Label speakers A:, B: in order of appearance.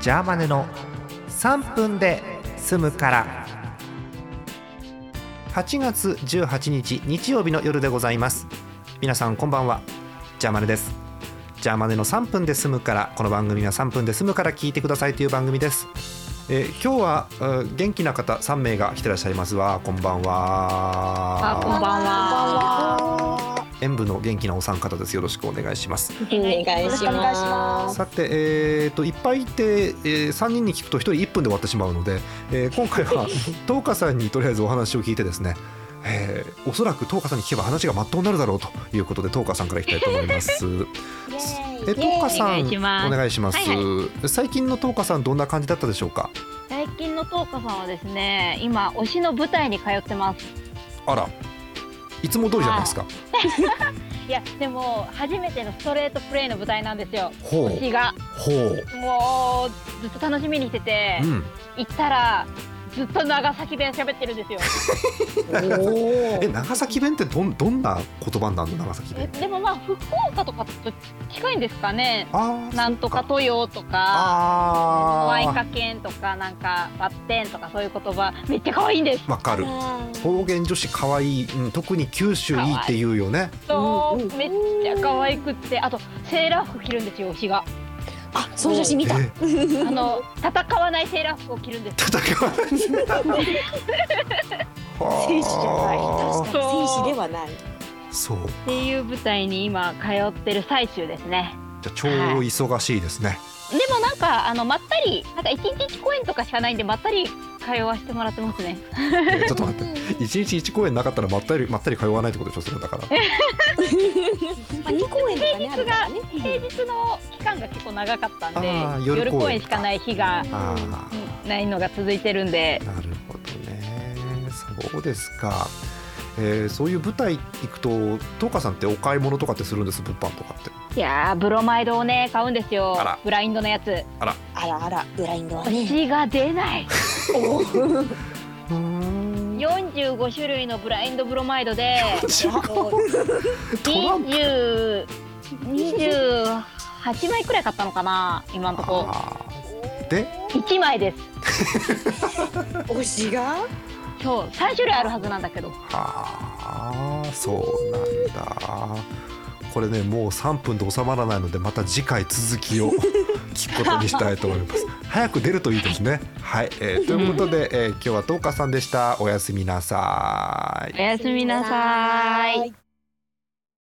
A: ジャーマネの3分で済むから8月18日日曜日の夜でございます皆さんこんばんはジャーマネですジャーマネの3分で済むからこの番組は3分で済むから聞いてくださいという番組ですえー今日はえー元気な方3名が来てらっしゃいますわこんばんは
B: あこんばんは。
A: 演舞の元気なお三方ですよろしくお願いします
B: お願いします。
A: さて、えー、といっぱいいて、えー、3人に聞くと1人1分で終わってしまうので、えー今回 は東花さんにとりあえずお話を聞いてですね、えーおそらく東花さんに聞けば話がまっとうになるだろうということで東花さんからいきたいと思い ます。えー、東花さ
C: イエーイお願いし
A: ん
C: ます
A: お願いします。
C: はい
A: 最近の東花さんどんな感じだったでしょうか。
C: 最近のトーカさんはですね今推しの舞台に通ってます
A: あら、いつも通りじゃないですか。
C: いやでも初めてのストレートプレイの舞台なんですよ
A: ほう
C: 推しが
A: ほう。
C: もうずっと楽しみにしてて、
A: うん。
C: 行ったらずっと長崎弁喋ってるんですよ
A: え長崎弁ってどんどんな言葉なんの長崎
C: え
A: 弁。
C: でもまあ福岡とかと近いんですかね
A: ああ。
C: なんとか豊とか
A: あ
C: ワイ
A: あ。
C: カ県とかなんかバッテンとかそういう言葉めっちゃ可愛いんです
A: わかる。方言女子可愛い、うん、特に九州いいって言うよね。
C: と、
B: うんうん
C: めっちゃ可愛くってあとセーラー服着るんですよ推しが
B: あ、その写真見た。
A: え
C: あの戦わないセーラー服を着るんです。
A: 戦わない。はあ。
B: 戦士じゃない。確かに戦士ではない。
A: そう。
C: っていう舞台に今通ってる最中ですね。
A: じゃあ超忙しいですね。
C: でもなんかあのまったりなんか一日一公演とかしかないんでまったり通わせてもらってますね。
A: えちょっと待って。一日一公演なかったらまったりまったり通わないってことでしょそれだから。
B: まあ二公演とかねあるからね。
C: 平日の期間が結構長かったんで
A: あー夜公演
C: 夜公演しかない日が
A: ああ。
C: ないのが続いてるんで。
A: なるほどね。そうですか。えー、そういう舞台行くと、トーカさんってお買い物とかってするんです、物販とかって。
C: いやーブロマイドをね買うんですよ
A: あら
C: ブラインドのやつ
B: あらあら、ブラインドは
C: 推
B: ね。
C: しが出ない
B: おー
A: うん。
C: 45種類のブラインドブロマイドで
A: トランプ。
C: 20 28枚くらい買ったのかな今のとこ
A: あーで、
C: 1枚です
B: 推しが。
C: そう3種類あるはずなんだけど
A: はあそうなんだこれねもう3分で収まらないのでまた次回続きを 聞くことにしたいと思います早く出るといいですねはい、えーということで、えー今日は東花さんでしたおやすみなさい
C: おやすみなさーい
B: い。